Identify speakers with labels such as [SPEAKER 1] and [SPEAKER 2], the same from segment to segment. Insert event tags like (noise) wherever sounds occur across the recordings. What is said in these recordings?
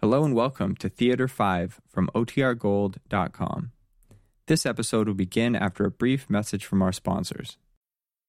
[SPEAKER 1] Hello and welcome to Theater 5 from OTRGold.com. This episode will begin after a brief message from our sponsors.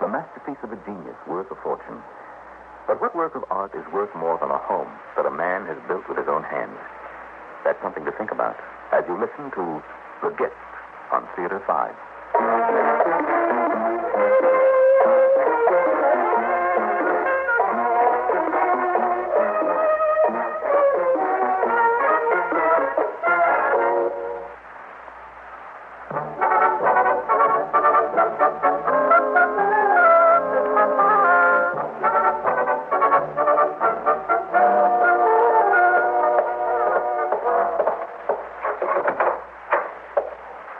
[SPEAKER 2] The masterpiece of a genius worth a fortune. But what work of art is worth more than a home that a man has built with his own hands? That's something to think about as you listen to The Gift on Theater 5.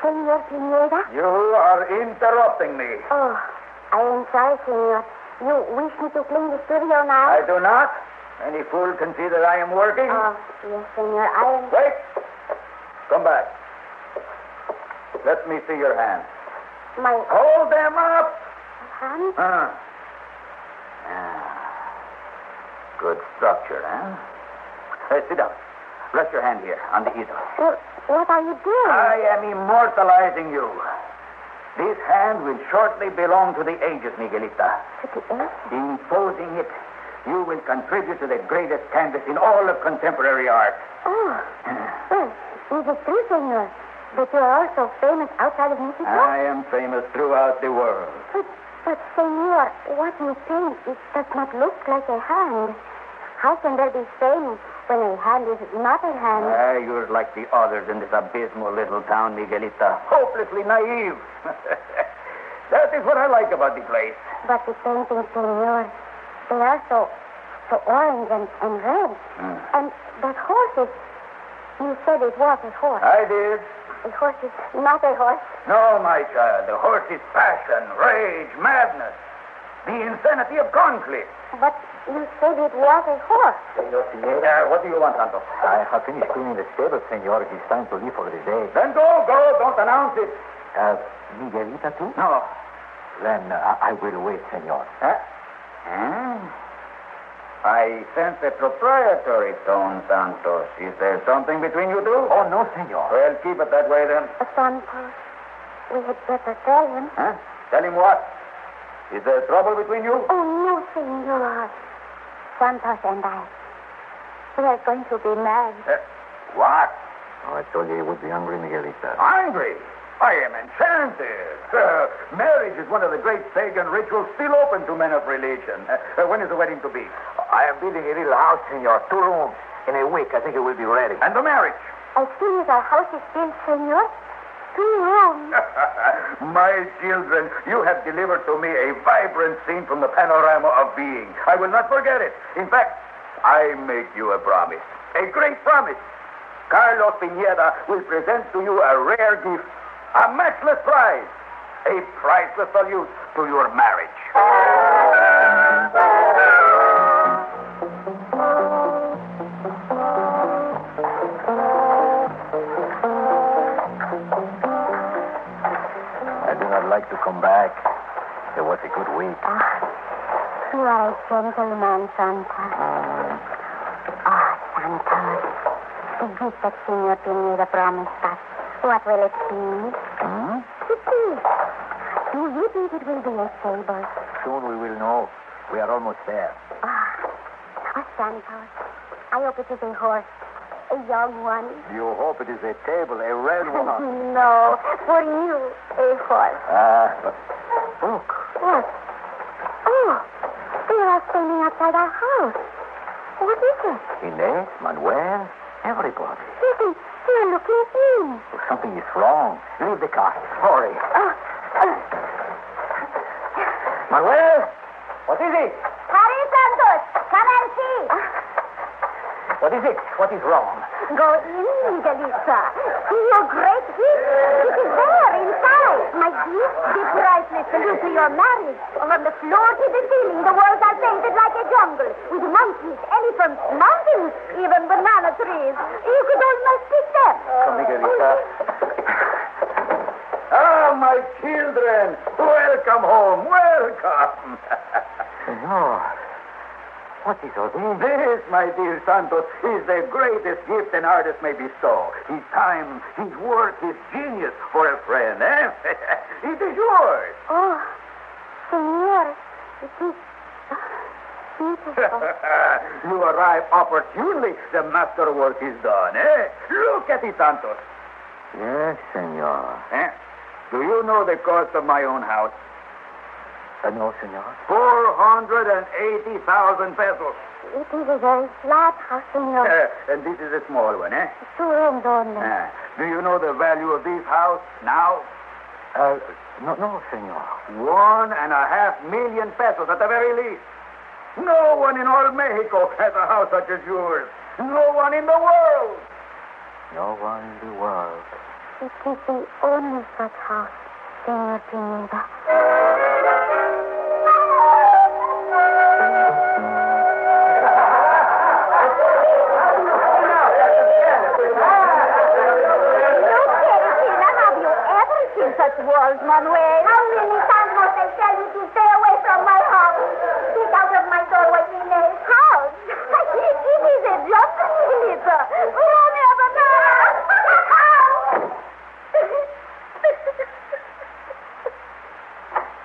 [SPEAKER 3] Senor Pineda?
[SPEAKER 4] You are interrupting me.
[SPEAKER 3] Oh, I am sorry, Senor. You wish me to clean the studio now?
[SPEAKER 4] I do not. Any fool can see that I am working.
[SPEAKER 3] Oh, yes, Senor. I am.
[SPEAKER 4] Wait. Come back. Let me see your hands.
[SPEAKER 3] My
[SPEAKER 4] Hold them up.
[SPEAKER 3] hand?
[SPEAKER 4] Huh. Uh. Ah. Good structure, huh? (laughs) Hey, sit down. Rest your hand here on the easel.
[SPEAKER 3] What, what are you doing?
[SPEAKER 4] I am immortalizing you. This hand will shortly belong to the ages, Miguelita.
[SPEAKER 3] To the end?
[SPEAKER 4] In posing it, you will contribute to the greatest canvas in all of contemporary art.
[SPEAKER 3] Oh. Well, is it true, Senor, that you are also famous outside of Mexico?
[SPEAKER 4] I am famous throughout the world.
[SPEAKER 3] But, but, Senor, what you paint, it does not look like a hand. How can there be fame when a hand is not a hand?
[SPEAKER 4] Ah, you're like the others in this abysmal little town, Miguelita. Hopelessly naive. (laughs) that is what I like about the place.
[SPEAKER 3] But the paintings, senor, they are so, so orange and, and red.
[SPEAKER 4] Ah.
[SPEAKER 3] And that horse is, you said it was a horse.
[SPEAKER 4] I did.
[SPEAKER 3] a horse is not a horse.
[SPEAKER 4] No, Oh, my child. The horse's passion, rage, madness, the insanity of conflict.
[SPEAKER 3] But you said it was a horse.
[SPEAKER 4] Senor Pineda, what do you want, Santos? I have finished cleaning the stable, senor. It is time to leave for the day. Then go, go. Don't announce it. Uh, Miguelita, too? No. Then uh, I will wait, senor. Huh? Hmm? I sense a proprietary tone, Santos. Is there something between you two? Oh, no, senor. Well, keep it that way, then.
[SPEAKER 3] But Santos, we had better tell him.
[SPEAKER 4] Huh? Tell him what? Is there trouble between you?
[SPEAKER 3] Oh, no, senor. Santos and I, we are going to be married.
[SPEAKER 4] Uh, what?
[SPEAKER 2] Oh, I told you you would be hungry, Miguelita.
[SPEAKER 4] Angry? I am enchanted. Uh, marriage is one of the great pagan rituals still open to men of religion. Uh, uh, when is the wedding to be?
[SPEAKER 2] I am building a little house, senor. Two rooms. In a week, I think it will be ready.
[SPEAKER 4] And the marriage?
[SPEAKER 3] As soon as our house is built, senor, two rooms.
[SPEAKER 4] My children, you have delivered to me a vibrant scene from the panorama of being. I will not forget it. In fact, I make you a promise, a great promise. Carlos Pineda will present to you a rare gift, a matchless prize, a priceless salute to your marriage.
[SPEAKER 2] I do not like to come back. It was a good week.
[SPEAKER 3] You are a gentleman, Santos. Ah, Santos. The gift that Senor Pineda promised us. What will it be?
[SPEAKER 2] Hmm?
[SPEAKER 3] It is. Do you think it will be a stable?
[SPEAKER 2] Soon we will know. We are almost there.
[SPEAKER 3] Ah, ah, Santos. I hope it is a horse. A young one.
[SPEAKER 4] You hope it is a table, a red
[SPEAKER 3] (laughs)
[SPEAKER 4] one.
[SPEAKER 3] No, for you, A4.
[SPEAKER 4] Ah, but look.
[SPEAKER 3] Yes. Oh, they are standing outside our house. What is it?
[SPEAKER 4] Inés, Manuel, everybody.
[SPEAKER 3] Listen, they are looking at me.
[SPEAKER 4] Something is wrong. Leave the car. Hurry.
[SPEAKER 3] Oh, oh.
[SPEAKER 4] Manuel! What is it?
[SPEAKER 3] Harry Santos, come and see.
[SPEAKER 4] What is it? What is wrong?
[SPEAKER 3] Go in, Miguelita. See your great gift. It is there, inside. My gift, the priceless salute to your marriage. From the floor to the ceiling, the walls are painted like a jungle, with monkeys, elephants, mountains, even banana trees. You could almost pick them.
[SPEAKER 4] Come, Miguelita. Ah, my children! Welcome home! Welcome! (laughs) Senor, what is all this? This, my dear Santos, is the greatest gift an artist may bestow. His time, his work, his genius for a friend, eh? (laughs) it is yours! (laughs)
[SPEAKER 3] Oh, senor, it is beautiful.
[SPEAKER 4] you arrive opportunely. The masterwork is done, eh? Look at it, Santos. Yes, senor. Eh? Do you know the cost of my own house? Uh, no, senor. 480,000 (laughs) pesos.
[SPEAKER 3] It is a very flat house, senor.
[SPEAKER 4] Eh, and this is a small one, (laughs) eh?
[SPEAKER 3] Two rooms only.
[SPEAKER 4] Eh, do you know the value of this house now? Uh, no, no, senor. One and a half million pesos at the very least. No one in all Mexico has a house such as yours. No one in the world. No one in the world.
[SPEAKER 3] It is the only such house, Senor Pineda. No, Teresina, have you ever seen such walls, Manuel? How many times must I tell you to stay away from my house? Get out of my doorway, Inez. House? it is a jungle, Philippa. Run over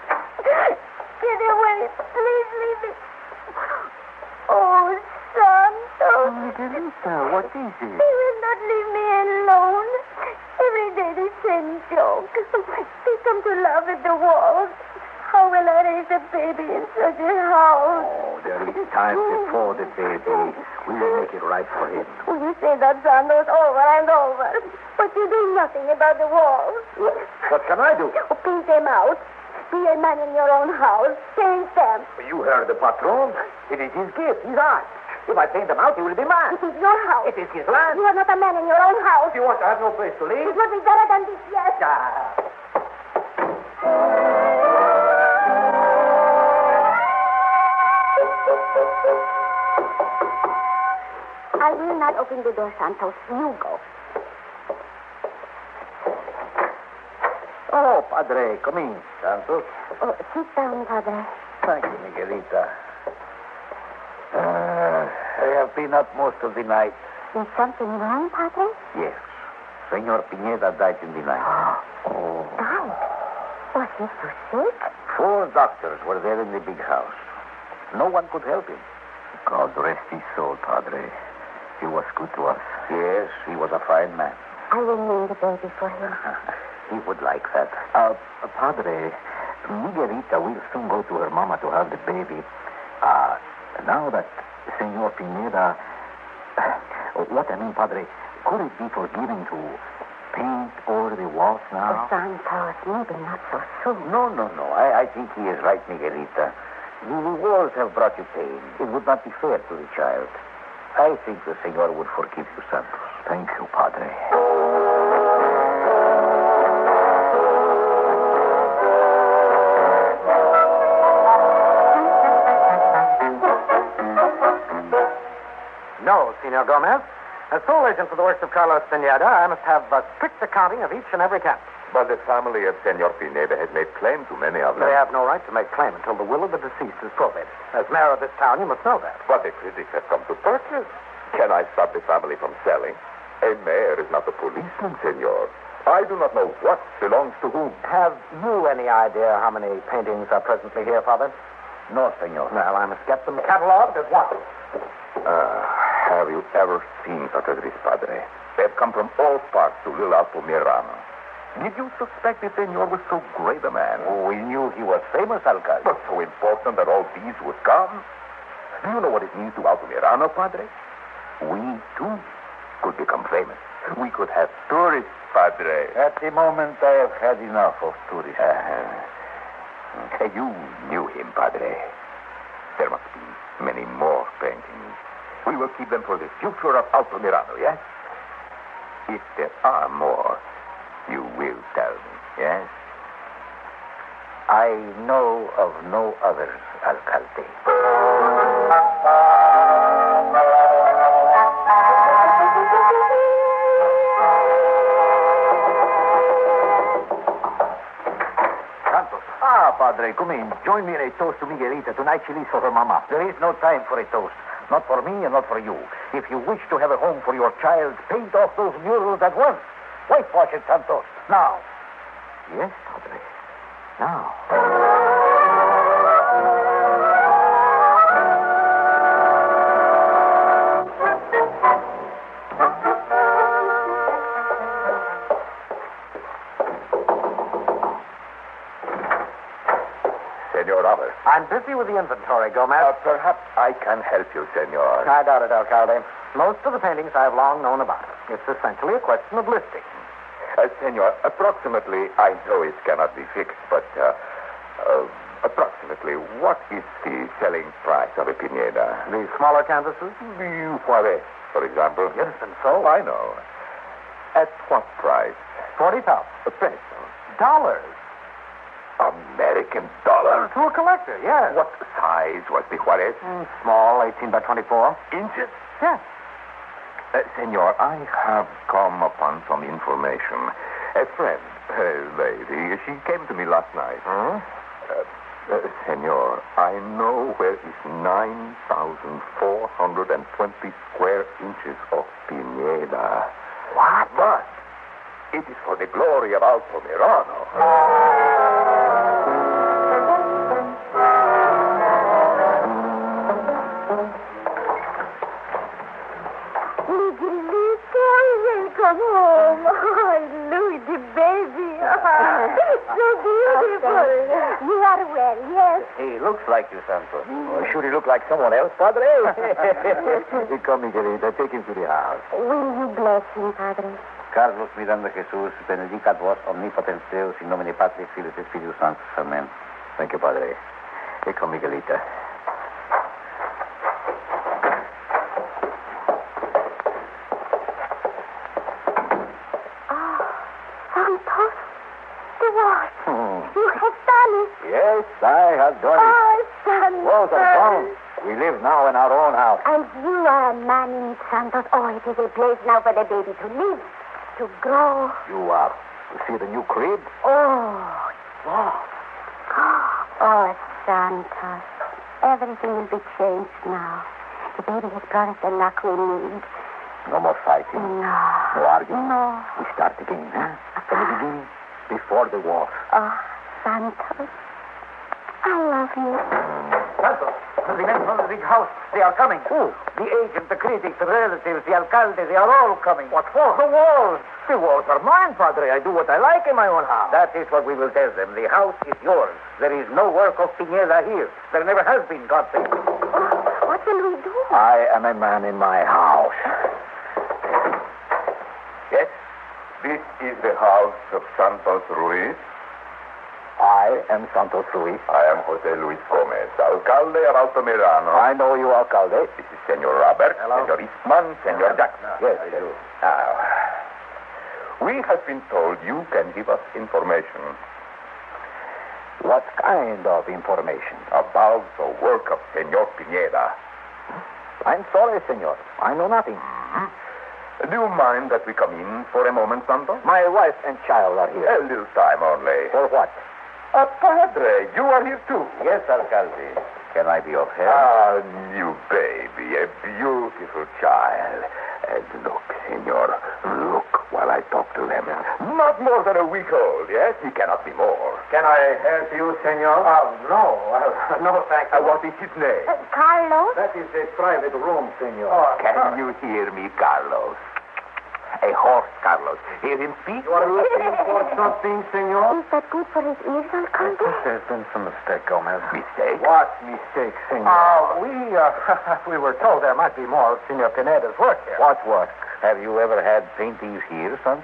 [SPEAKER 3] Get away. Please leave me. Oh, Santos.
[SPEAKER 4] Miguelita, what is it?
[SPEAKER 3] They will not leave me alone. Every day the same joke. (laughs) They come to laugh at the walls. How will I raise a baby in such a house?
[SPEAKER 4] Oh, there is time before the baby. We will make it right for him.
[SPEAKER 3] Will you say that Sandoz over and over? But you do nothing about the walls.
[SPEAKER 4] What can I do?
[SPEAKER 3] Oh, paint them out. Be a man in your own house. Paint them.
[SPEAKER 4] You heard the patron. It is his gift, his art. If I paint them out, he will be mine.
[SPEAKER 3] It is your house.
[SPEAKER 4] It is his land.
[SPEAKER 3] You are not a man in your own house.
[SPEAKER 4] If you want to have no place to
[SPEAKER 3] It
[SPEAKER 4] live,
[SPEAKER 3] would be better than this, yes.
[SPEAKER 4] ah,
[SPEAKER 3] I will not open the door, Santos. You go.
[SPEAKER 4] Oh, Padre, come in, Santos.
[SPEAKER 3] Oh, sit down, Padre.
[SPEAKER 4] Thank you, Miguelita. Uh, I have been up most of the night.
[SPEAKER 3] Is something wrong, Padre?
[SPEAKER 4] Yes. Senor Pineda died in the night. Oh.
[SPEAKER 3] Died. Was he so sick?
[SPEAKER 4] Four doctors were there in the big house. No one could help him. God rest his soul, Padre. He was good to us. Yes, he was a fine man.
[SPEAKER 3] I will name the baby for him.
[SPEAKER 4] (laughs) he would like that. Uh, padre, Miguelita will soon go to her mama to have the baby. Uh, now that Senor Pineda. (sighs) What I mean, Padre, could it be forgiven to paint over the walls now?
[SPEAKER 3] Oh, Santos, maybe not so soon.
[SPEAKER 4] No, no, no. I, I think he is right, Miguelita. The rewards have brought you pain. It would not be fair to the child. I think the Senor would forgive you, Santos. Thank you, Padre. No, Senor Gomez. As sole agent for the works of Carlos Pineda, I must have a strict accounting of each and every cap.
[SPEAKER 2] But the family of Senor Pineda has made claim to many of them.
[SPEAKER 4] They have no right to make claim until the will of the deceased is probated. As mayor of this town, you must know that.
[SPEAKER 2] But the critics have come to purchase. Can I stop the family from selling? A mayor is not a policeman, senor. I do not know what belongs to whom.
[SPEAKER 4] Have you any idea how many paintings are presently here, Father? No, senor. Well, I must get them cataloged at once.
[SPEAKER 2] Ah,
[SPEAKER 4] Uh, Have you ever seen Padre Padre? They've come from all parts to Lil Altomirano. Did you suspect the senor was so great a man?
[SPEAKER 5] Oh, we knew he was famous, Alcalde.
[SPEAKER 4] But so important that all these would come? Do you know what it means to Altomirano, Padre? We, too, could become famous. We could have tourists, Padre.
[SPEAKER 5] At the moment, I have had enough of tourists.
[SPEAKER 4] Uh, Uh-huh. Okay, you knew him, Padre. There must be many more paintings. We will keep them for the future of Altomirano, yes? If there are more, you will tell me, yes?
[SPEAKER 5] I know of no others, Alcalde.
[SPEAKER 4] Santos.
[SPEAKER 5] Ah, Padre, come in. Join me in a toast to Miguelita. Tonight she leaves for her mama. There is no time for a toast. Not for me and not for you. If you wish to have a home for your child, paint off those murals at once. Whitewash it, Santos. Now. Yes, Padre. Now.
[SPEAKER 4] Senor Robert.
[SPEAKER 2] I'm busy with the inventory, Gomez.
[SPEAKER 4] Uh, perhaps I can help you, senor.
[SPEAKER 2] I doubt it, Alcalde. Most of the paintings I've long known about. It's essentially a question of listing.
[SPEAKER 4] Uh, senor, approximately, I know it cannot be fixed, but uh, uh, approximately, what is the selling price of a Pineda?
[SPEAKER 2] The smaller canvases?
[SPEAKER 4] The Poiret, for example.
[SPEAKER 2] Yes, and so?
[SPEAKER 4] I know. At what price?
[SPEAKER 2] 40,000.
[SPEAKER 4] A peso.
[SPEAKER 2] Dollars.
[SPEAKER 4] American dollar?
[SPEAKER 2] To a collector, yes.
[SPEAKER 4] What size was the Juarez?
[SPEAKER 2] Mm, small, 18 by 24.
[SPEAKER 4] Inches?
[SPEAKER 2] Yes.
[SPEAKER 4] Uh, senor, I have come upon some information. A friend, a lady, she came to me last night.
[SPEAKER 2] Hmm?
[SPEAKER 4] Uh, uh, senor, I know where is 9,420 square inches of Pineda.
[SPEAKER 2] What?
[SPEAKER 4] But it is for the glory of Alto Mirano.
[SPEAKER 3] Miguelito, welcome home. (laughs) Oh, Louis, the baby. (laughs) it's so beautiful. You are well, yes?
[SPEAKER 5] He looks like you, Santos. Or should he look like someone else, (laughs) Padre? Come, Miguelita. Take him to the house.
[SPEAKER 3] Will you bless him, Padre?
[SPEAKER 5] Carlos Miranda Jesús, benedicat vos omnipotens Deus in nomine Patris, Filii et Spiritus Sanctus. Amen. Thank you, Padre. Here come, (laughs) Miguelita.
[SPEAKER 3] Santos, the watch. You have done it.
[SPEAKER 5] Yes, I have done it.
[SPEAKER 3] Oh, Santos.
[SPEAKER 5] Walls are bound. We live now in our own house.
[SPEAKER 3] And you are a man in Santos. Oh, it is a place now for the baby to live, to grow.
[SPEAKER 5] You are. You see the new crib?
[SPEAKER 3] Oh, yes. Oh, Santos. Everything will be changed now. The baby has brought us the luck we need.
[SPEAKER 5] No more fighting.
[SPEAKER 3] No.
[SPEAKER 5] No arguing.
[SPEAKER 3] No.
[SPEAKER 5] We start again, huh? From the beginning, before the war.
[SPEAKER 3] Oh, Santos. I love you.
[SPEAKER 2] Santos, the men from the big house, they are coming.
[SPEAKER 5] Who?
[SPEAKER 2] The agent, the critics, the relatives, the alcalde, they are all coming.
[SPEAKER 5] What for?
[SPEAKER 2] The walls. The walls are mine, Padre. I do what I like in my own house.
[SPEAKER 5] That is what we will tell them. The house is yours. There is no work of Pineda here. There never has been, God save you.
[SPEAKER 3] Oh, what will we do?
[SPEAKER 5] I am a man in my house.
[SPEAKER 4] Yes, this is the house of Santos Ruiz.
[SPEAKER 5] I am Santos Ruiz.
[SPEAKER 4] I am Jose Luis Gomez, alcalde of Altomirano.
[SPEAKER 5] I know you, Alcalde.
[SPEAKER 4] This is Senor Robert,
[SPEAKER 5] Hello.
[SPEAKER 4] Senor Eastman, Senor Jackson.
[SPEAKER 5] Yes, I do.
[SPEAKER 4] Now, Ah. we have been told you can give us information
[SPEAKER 5] What kind of information?
[SPEAKER 4] about the work of Senor Pineda.
[SPEAKER 5] I'm sorry, senor. I know nothing.
[SPEAKER 4] Mm-hmm. Do you mind that we come in for a moment, Santos?
[SPEAKER 5] My wife and child are here.
[SPEAKER 4] A little time only.
[SPEAKER 5] For what?
[SPEAKER 4] Ah, padre, you are here too.
[SPEAKER 5] Yes, Alcalde. Can I be of help?
[SPEAKER 4] Ah, new baby, a beautiful child. And look, senor, look
[SPEAKER 2] while I talk to them. Not more than a week old, yes? He cannot be more. Can I help you, senor?
[SPEAKER 4] Ah,
[SPEAKER 2] Oh, no.
[SPEAKER 5] (laughs)
[SPEAKER 2] no, thank you. what is his name?
[SPEAKER 3] Uh, Carlos?
[SPEAKER 6] That is a private room, senor.
[SPEAKER 4] Oh,
[SPEAKER 2] Can you hear me, Carlos? A horse, Carlos. Hear him speak?
[SPEAKER 6] You are looking for something, senor?
[SPEAKER 3] Is that good for his ears, Alcalde?
[SPEAKER 4] There's been some mistake, Gomez.
[SPEAKER 2] Mistake?
[SPEAKER 4] What mistake, senor?
[SPEAKER 6] Uh, we, uh, (laughs) we were told there might be more of Senor Pineda's work here.
[SPEAKER 4] What work? Have you ever had paintings here, son?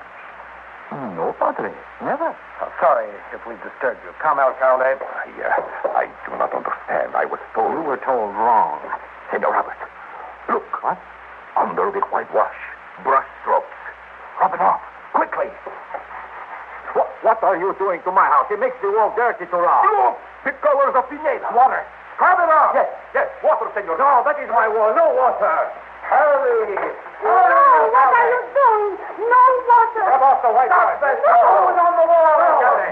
[SPEAKER 2] Hmm,
[SPEAKER 4] No, Padre. Never.
[SPEAKER 6] Oh, sorry if we disturbed you. Come, Alcalde.
[SPEAKER 2] I, uh, I do not understand. I was told.
[SPEAKER 4] You were told wrong.
[SPEAKER 2] Senor Robert, look. What? On the big whitewash. Brush strokes. Rub it off. Quickly.
[SPEAKER 4] What, what are you doing to my house? It makes the wall dirty to rob.
[SPEAKER 2] Look! The colors of Pineda.
[SPEAKER 4] Water.
[SPEAKER 2] Scrub it off. Yes, yes. Water, senor. No, that is my wall. No water.
[SPEAKER 4] Oh,
[SPEAKER 2] Hurry.
[SPEAKER 3] No, what are you doing? No water.
[SPEAKER 2] Rub off the whitewash. Stop
[SPEAKER 3] No.
[SPEAKER 2] Oh, it's on the wall.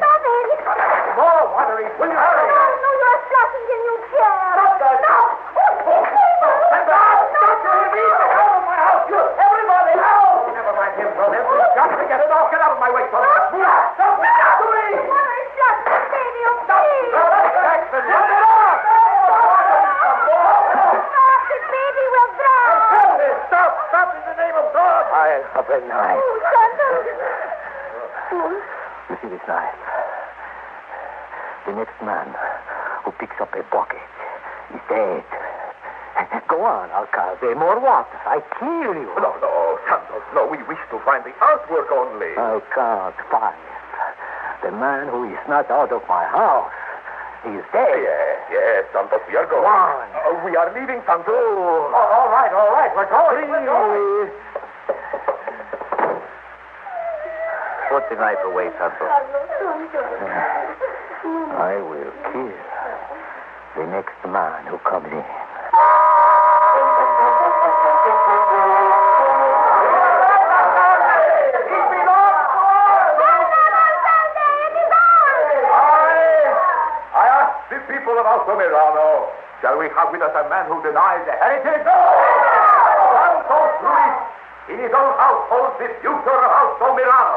[SPEAKER 3] Stop it.
[SPEAKER 2] More water. Will you hurry?
[SPEAKER 3] No, no, you are splashing the new chair.
[SPEAKER 2] Stop that.
[SPEAKER 3] No.
[SPEAKER 2] Stand up! Stop your immediate out of my house! You, everybody, out! Oh, never mind him, brother. Just to get it off. Get out of my way,
[SPEAKER 5] (laughs)
[SPEAKER 2] brother. Stop! Stop!
[SPEAKER 3] The water is just saving you, please.
[SPEAKER 2] Jackson, run it off!
[SPEAKER 3] Stop, the baby will drown.
[SPEAKER 2] Stop! Stop in the name of God!
[SPEAKER 4] I have a knife.
[SPEAKER 3] Oh, Santos. Oh,
[SPEAKER 4] You see this knife? The next man who picks up a bucket is dead. Go on, Alcalde. More water. I kill you.
[SPEAKER 2] No, no, Santos, no. We wish to find the artwork only.
[SPEAKER 4] I can't find the man who is not out of my house. He is dead.
[SPEAKER 2] Yes, yes, Santos, we are going.
[SPEAKER 4] One.
[SPEAKER 2] Uh, we are leaving, Santos.
[SPEAKER 4] Oh, all right, all right. We're going.
[SPEAKER 2] we're going.
[SPEAKER 4] Put the knife away, Santo.
[SPEAKER 3] Carlos, don't do it.
[SPEAKER 4] (laughs) I will kill the next man who comes in.
[SPEAKER 2] I ask the people of Alto Mirano, shall we have with us a man who denies the heritage? No! Santos Luis, in his own house, holds the future of Alto Mirano.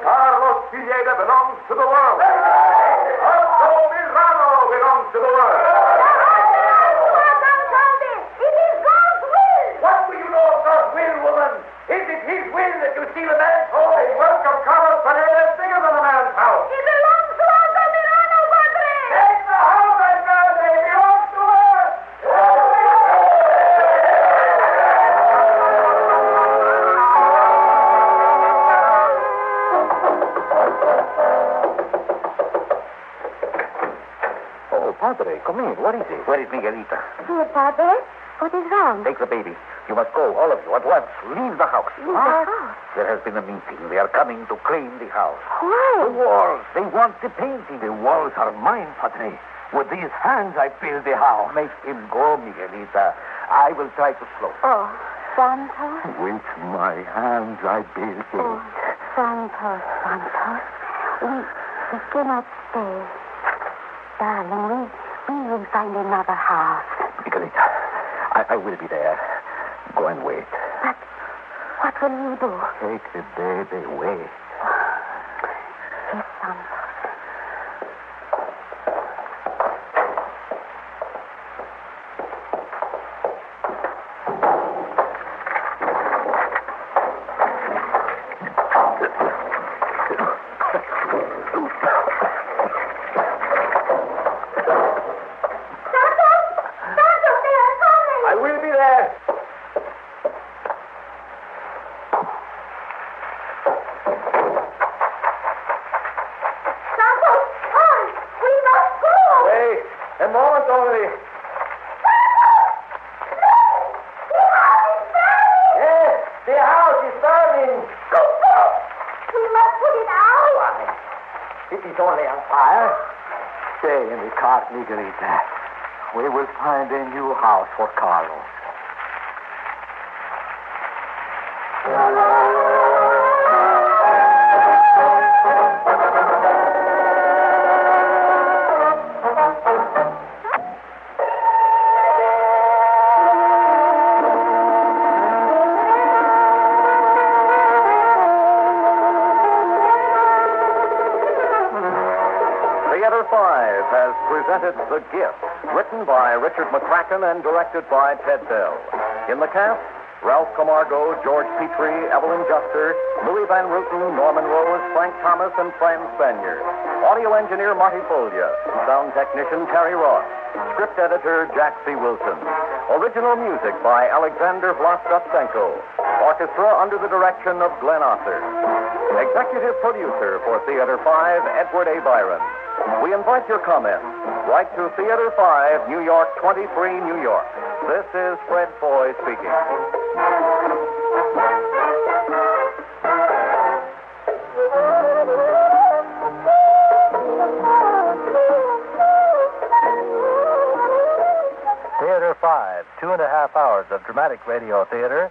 [SPEAKER 2] Carlos Pineda belongs to the world. Alto Mirano belongs to the world.
[SPEAKER 3] Alcalde, it is God's will.
[SPEAKER 2] What do you know of God's will, woman? Is it his will that you steal a man's home? The work of Carlos Pineda is bigger than a man's house.
[SPEAKER 3] It belongs to Alta Mirano, Padre.
[SPEAKER 4] Oh, Padre, come in. What is it? Where is Miguelita?
[SPEAKER 3] Dear Padre, what is wrong?
[SPEAKER 4] Take the baby. You must go, all of you, at once. Leave the house.
[SPEAKER 3] Leave the house?
[SPEAKER 4] There has been a meeting. They are coming to claim the house. The
[SPEAKER 3] Why?
[SPEAKER 4] walls. They want the painting. The walls are mine, Padre. With these hands, I built the house. Make him go, Miguelita. I will try to slow.
[SPEAKER 3] Oh, Santos, Oh,
[SPEAKER 4] With my hands, I built it.
[SPEAKER 3] Santos, Santos. We, we cannot stay. Darling, we, we will find another house.
[SPEAKER 4] Miguelita, I, I will be there. Go and wait.
[SPEAKER 3] But what will you do?
[SPEAKER 4] Take the baby away.
[SPEAKER 3] Yes, eh, Santos. Santos! Santos, they are coming!
[SPEAKER 2] I will be there.
[SPEAKER 3] Santos, come! We must go!
[SPEAKER 2] Wait, a moment only. Yes, the house is burning.
[SPEAKER 3] Go, go! We must put it out!
[SPEAKER 2] It is only on fire.
[SPEAKER 4] Stay in the cart, Miguelita. We will find a new house for Carlos.
[SPEAKER 3] Santos!
[SPEAKER 4] has presented The Gift, written by Richard McCracken and directed by Ted Bell. In the cast, Ralph Camargo, George Petrie, Evelyn Juster, Louis Van Rooten, Norman Rose, Frank Thomas, and Fran Spanier. Audio engineer Marty Folia. Sound technician Terry Ross. Script editor Jack C. Wilson. Original music by Alexander Vlastotsenko. Orchestra under the direction of Glenn Osser. Executive producer for Theater 5, Edward A. Byron. We invite your comments. Write to Theater 5, New York 23, New York. This is Fred Foy speaking. Theater 5, two and a half hours of dramatic radio theater